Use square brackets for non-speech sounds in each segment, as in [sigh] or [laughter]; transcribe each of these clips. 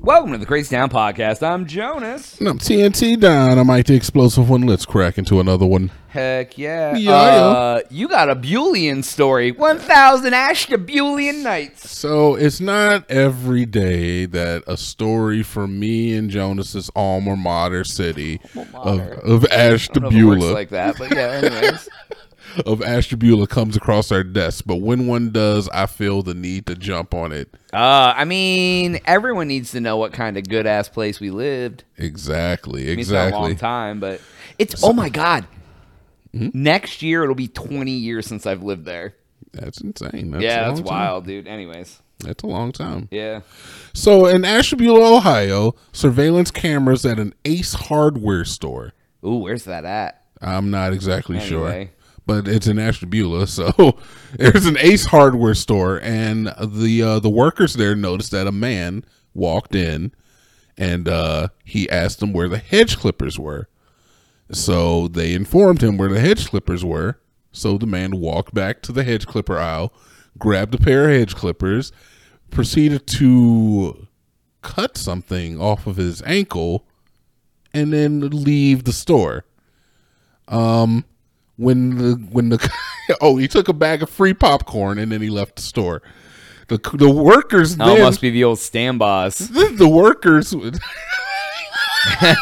Welcome to the Crazy Town Podcast. I'm Jonas. And I'm TNT Don. I might the explosive one. Let's crack into another one. Heck yeah. Yeah, Uh, you got a Bulian story. 1000 Ashtabulian Nights. So it's not every day that a story from me and Jonas's alma mater city mater. of, of I don't know if it works Ashtabula like that, but yeah, [laughs] anyways. of Ashtabula comes across our desk. But when one does, I feel the need to jump on it. uh, I mean, everyone needs to know what kind of good ass place we lived. Exactly. I mean, It's been a Exactly. Hmm? long time, but it's, oh my God. Next year, it'll be 20 years since I've lived there. That's insane. That's yeah, a that's long time. wild, dude. Anyways, That's a long time. yeah. So in Ashtabula, Ohio, surveillance cameras at an Ace Hardware store. Ooh, where's that at? I'm not exactly sure. Anyway. But it's in Ashtabula, so [laughs] there's an Ace Hardware store, and the uh, the workers there noticed that a man walked in, and uh, he asked them where the hedge clippers were. So they informed him where the hedge clippers were. So the man walked back to the hedge clipper aisle, grabbed a pair of hedge clippers, proceeded to cut something off of his ankle, and then leave the store Um, when the when the [laughs] oh he took a bag of free popcorn and then he left the store. The the workers Oh, then must be the old stand boss. [laughs] [laughs] the workers. [laughs] would-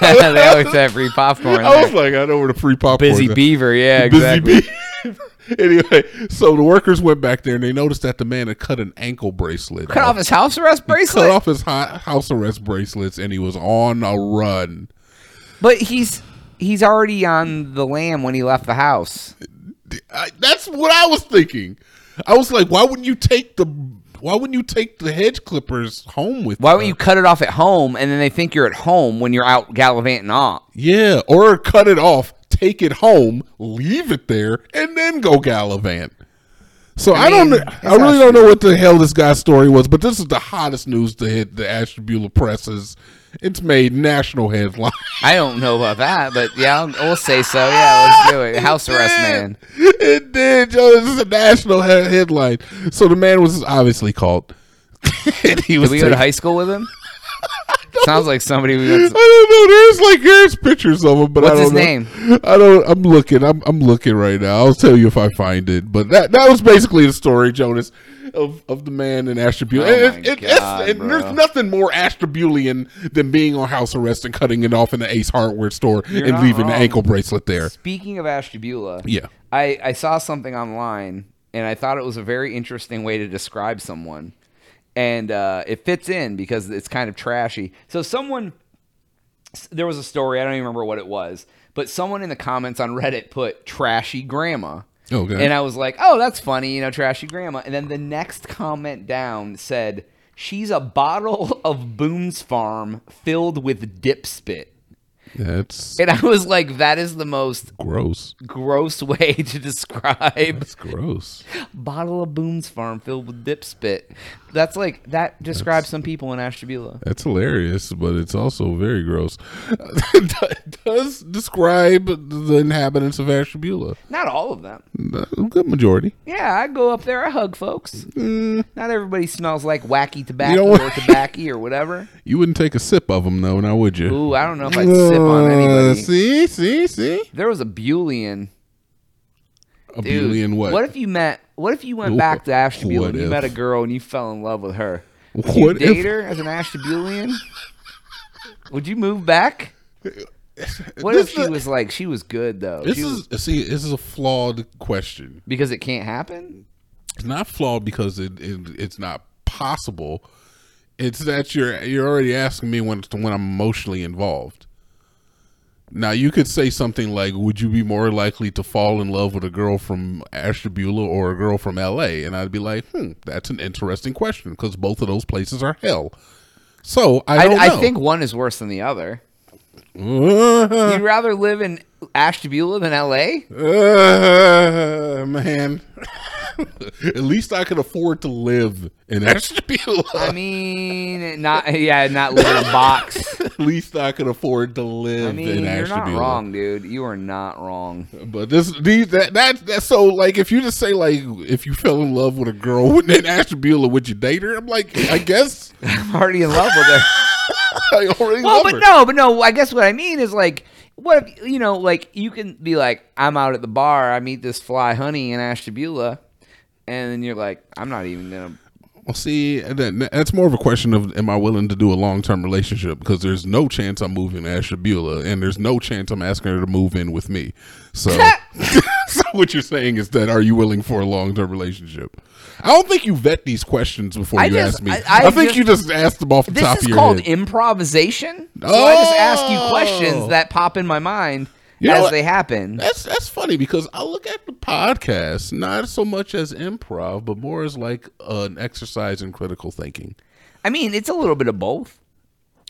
they always have free popcorn. I there. was like, I know where the free popcorn. Busy is. Beaver, yeah, Busy exactly. bee. [laughs] anyway, so the workers went back there and they noticed that the man had cut an ankle bracelet. Cut off his house arrest Cut bracelet, off his hi- house arrest bracelets and he was on a run. but he's he's already on the lam when he left the house. I, that's what I was thinking. I was like, why wouldn't you take the why wouldn't you take the hedge clippers home with Why you? wouldn't you cut it off at home and then they think you're at home when you're out gallivanting off? Yeah, or cut it off, take it home, leave it there, and then go gallivant. So I, mean, don't, it's I really not don't know what the hell this guy's story was, but this is the hottest news to hit the Ashtabula presses. It's made national headlines. I don't know about that, but yeah, I'll, we'll say so. Yeah, let's do it. House arrest [laughs] man. It did, Joe. This is a national he- headline. So the man was obviously caught. [laughs] and he was Did we go to taken- high school with [laughs] him? Sounds like somebody we went to. I don't know. There's like there's pictures of him, but What's I his don't know. name? I don't. I'm looking. I'm I'm looking right now. I'll tell you if I find it. But that that was basically the story, Jonas, of of the man in Ashtabula. Oh It- my it- it's- God, it- bro. there's nothing more Ashtabulian than being on house arrest and cutting it off in the Ace Hardware store and not leaving the wrong. ankle bracelet there. Speaking of Ashtabula, Yeah. I, I saw something online and I thought it was a very interesting way to describe someone. And uh, it fits in because it's kind of trashy. So, someone, s- there was a story, I don't even remember what it was, but someone in the comments on Reddit put trashy grandma. Okay. And I was like, oh, that's funny, you know, trashy grandma. And then the next comment down said, she's a bottle [laughs] of Boone's Farm filled with dip spit. That's And I was like, that is the most gross. gross [laughs] way to describe That's gross. bottle of Boone's Farm filled with dip spit. That's like that describes some people in Ashtabula. That's hilarious, but it's also very gross. [laughs] It does describe the inhabitants of Ashtabula. Not all of them. A good majority. Yeah, I go up there, I hug folks. Mm. Not everybody smells like wacky You tobacco don't want- or tobacco or whatever. You wouldn't take a sip of them though, now would you? Ooh, I don't know if I'd sip on Uh, anybody. See, see, see. There was a Bulian. A Dude, billion what? What if you met? What if you went Ooh, back to Ashtabula what and you if? met a girl and you fell in love with her? Would you What date if- her as an Ashtabulian? Would you move [laughs] back? What This if she is- was like she was good though? This She was- is see, this is a flawed question. because it can't happen. It's not flawed because it, it it's not possible. It's that you're you're already asking me when it's- when I'm emotionally involved. Now you could say something like, "Would you be more likely to fall in love with a girl from Ashtabula or a girl from L.A.?" And I'd be like, "Hmm, that's an interesting question because both of those places are hell." So I I, don't I know. think one is worse than the other. Uh, You'd rather live in Ashtabula than L.A. uh, [laughs] man. [laughs] At least I could afford to live in Ashtabula. I mean, not yeah, not live in a [laughs] box. At least I could afford to live I mean, in you're not Ashtabula. wrong, dude. You are not wrong. But this, these, that, that, that, so like, if you just say like, if you fell in love [laughs] with a girl in Ashtabula, would you date her? I'm like, I guess [laughs] I'm already in love with her. I already Well, love but her. no, but no. I guess what I mean is like, what if you know, like you can be like, I'm out at the bar, I meet this fly honey in Ashtabula, and then you're like, I'm not even gonna. Well, see, that, that's more of a question of am I willing to do a long term relationship? Because there's no chance I'm moving to Ashtabula, and there's no chance I'm asking her to move in with me. [laughs] So, [laughs] so what you're saying is that are you willing for a long term relationship? I don't think you vet these questions before I you just- ask me. I, I- I think just- you just ask them off the top This of is your called head. improvisation. So I just ask you questions Oh. that pop in my mind You know as what? they happen. That's that's funny because I look at the podcast not so much as improv, but more as like an exercise in critical thinking. I mean, it's a little bit of both.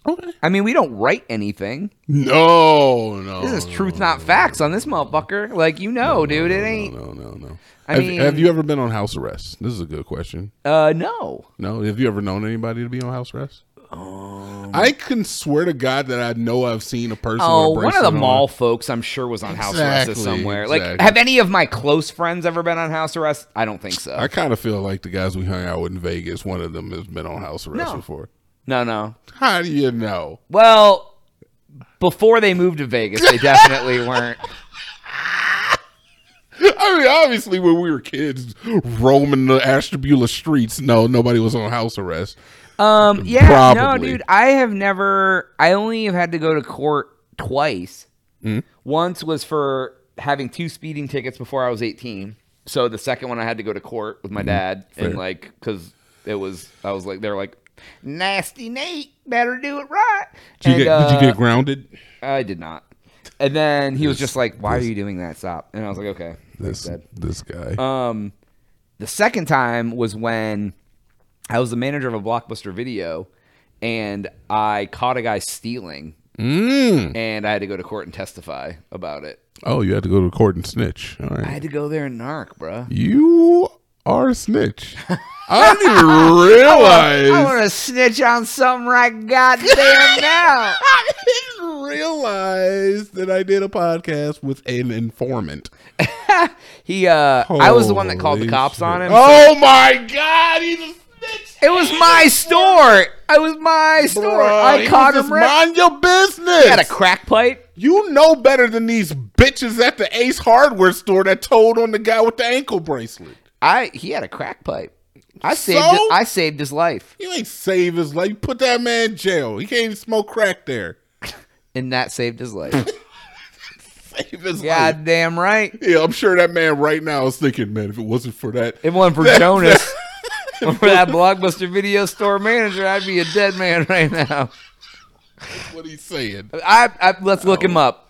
Okay. I mean, we don't write anything. No, no. This is truth, not facts, on this motherfucker. Like you know, dude, it ain't. No, no, no. I have, mean- have you ever been on house arrest? This is a good question. Uh, no. No, have you ever known anybody to be on house arrest? I can swear to God that I know I've seen a person. Oh, with a one of the bracelet on. mall folks, I'm sure, was on house arrest Exactly, somewhere. Like, exactly. have any of my close friends ever been on house arrest? I don't think so. I kind of feel like the guys we hung out with in Vegas. One of them has been on house arrest No. before. no, no. How do you know? Well, before they moved to Vegas, they definitely [laughs] weren't. I mean, obviously, when we were kids, roaming the Ashtabula streets, no, nobody was on house arrest. Um, yeah, no, Probably. dude, I have never. I only have had to go to court twice. Hmm? Once was for having two speeding tickets before I was 18. So the second one I had to go to court with my dad and Hmm. Fair. like because it was I was like they're like nasty Nate better do it right. Did you, And, get, did you uh, get grounded? I did not. And then he was just like, "Why are you doing that? Stop!" And I was like, "Okay." This Thanks, this guy. Dad. Um, the second time was when I was the manager of a blockbuster video, and I caught a guy stealing, mm. and I had to go to court and testify about it. Oh, you had to go to court and snitch. All I right. had to go there and narc, bruh. You are a snitch. [laughs] I didn't even realize. I want to snitch on something right [laughs] goddamn now. I didn't realize that I did a podcast with an informant. He, uh, I was the one that called the Holy cops shit. on him. Oh my god, he's a snitch. It was [laughs] my store. I was my store. Bruh, I he caught was him. just Right. Mind your business. had a crack pipe. you know better than these bitches at the Ace Hardware store that told on the guy with the ankle bracelet. I he had a crack pipe. I saved So? it, I saved his life, You ain't save his life. You Put that man in jail. He can't even smoke crack there. [laughs] and that saved his life. Save his life. God damn right. Yeah, I'm sure that man right now is thinking, man, if it wasn't for that, If it wasn't for [laughs] Jonas, [laughs] or for that blockbuster video store manager, I'd be a dead man right now. what he's saying. I, I let's look him up.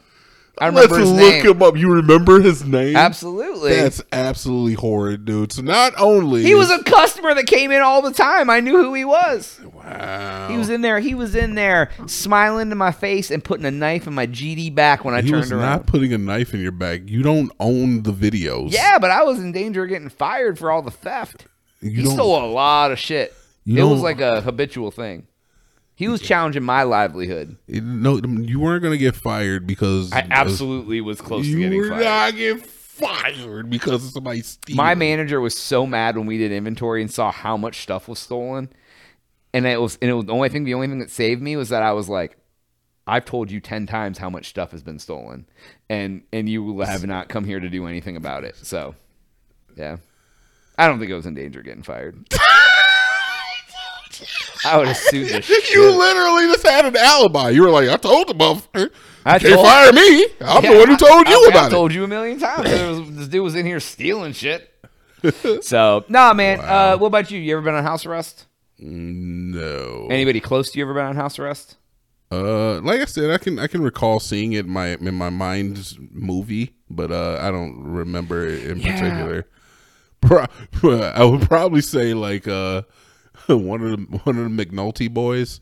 I Let's remember his look name. him up. You remember his name? Absolutely. That's absolutely horrid, dude. So not only he was a customer that came in all the time. I knew who he was. wow, He was in there. He was in there smiling to my face and putting a knife in my GD back when I He turned was around. not putting a knife in your back. You don't own the videos. Yeah, but I was in danger of getting fired for all the theft. You he don't- stole a lot of shit. It You was don't- like a habitual thing. He was challenging my livelihood. It- no, you weren't gonna get fired because I absolutely was close to you getting were fired. not getting fired because of somebody stealing. My [laughs] manager was so mad when we did inventory and saw how much stuff was stolen, and it was and it was the only thing. The only thing that saved me was that I was like, "I've told you ten times how much stuff has been stolen, and and you have not come here to do anything about it." So, yeah, I don't think I was in danger of getting fired. [laughs] I would have sued the shit. [laughs] You literally just had an alibi. You were like, I told the motherfucker. I I can't told- fire me. I'm the one who told I- you I- about I told you a million times. that it was- this dude was in here stealing [laughs] shit. so, nah, man. Uh, what about you? You ever been on house arrest? it. No. Anybody close to you ever been on house arrest? Uh, like I said, I can I can recall seeing it in my in my mind's movie, but uh, I don't remember it in Yeah. particular. Pro- [laughs] I would probably say like uh, [laughs] one of the one of the McNulty boys.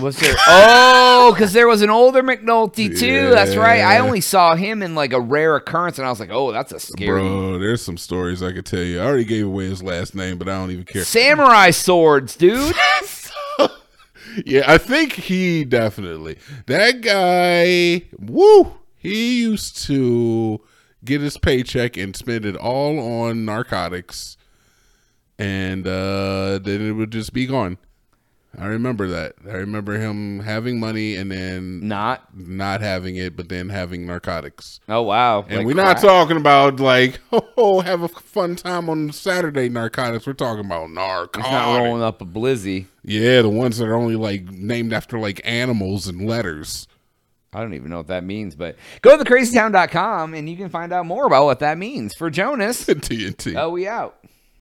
Was there? [laughs] oh, because there was an older McNulty too. That's right. I Yeah. only saw him in like a rare occurrence, and I was like, oh, that's a scary. Bro, there's some stories I could tell you. I already gave away his last name, but I don't even care. Samurai swords, dude. [laughs] yeah, I think he definitely. That guy, woo, he used to get his paycheck and spend it all on narcotics. And uh, then it would just be gone. I remember that. I remember him having money and then Not. not having it, but then having narcotics. Oh wow. And Like we're crack. not talking about like, [laughs] oh, have a fun time on Saturday narcotics. We're talking about narcotics. It's not rolling up a blizzy. Yeah, the ones that are only like named after like animals and letters. [laughs] I don't even know what that means, but go to thecrazytown.com and you can find out more about what that means. For Jonas, TNT. oh, we out.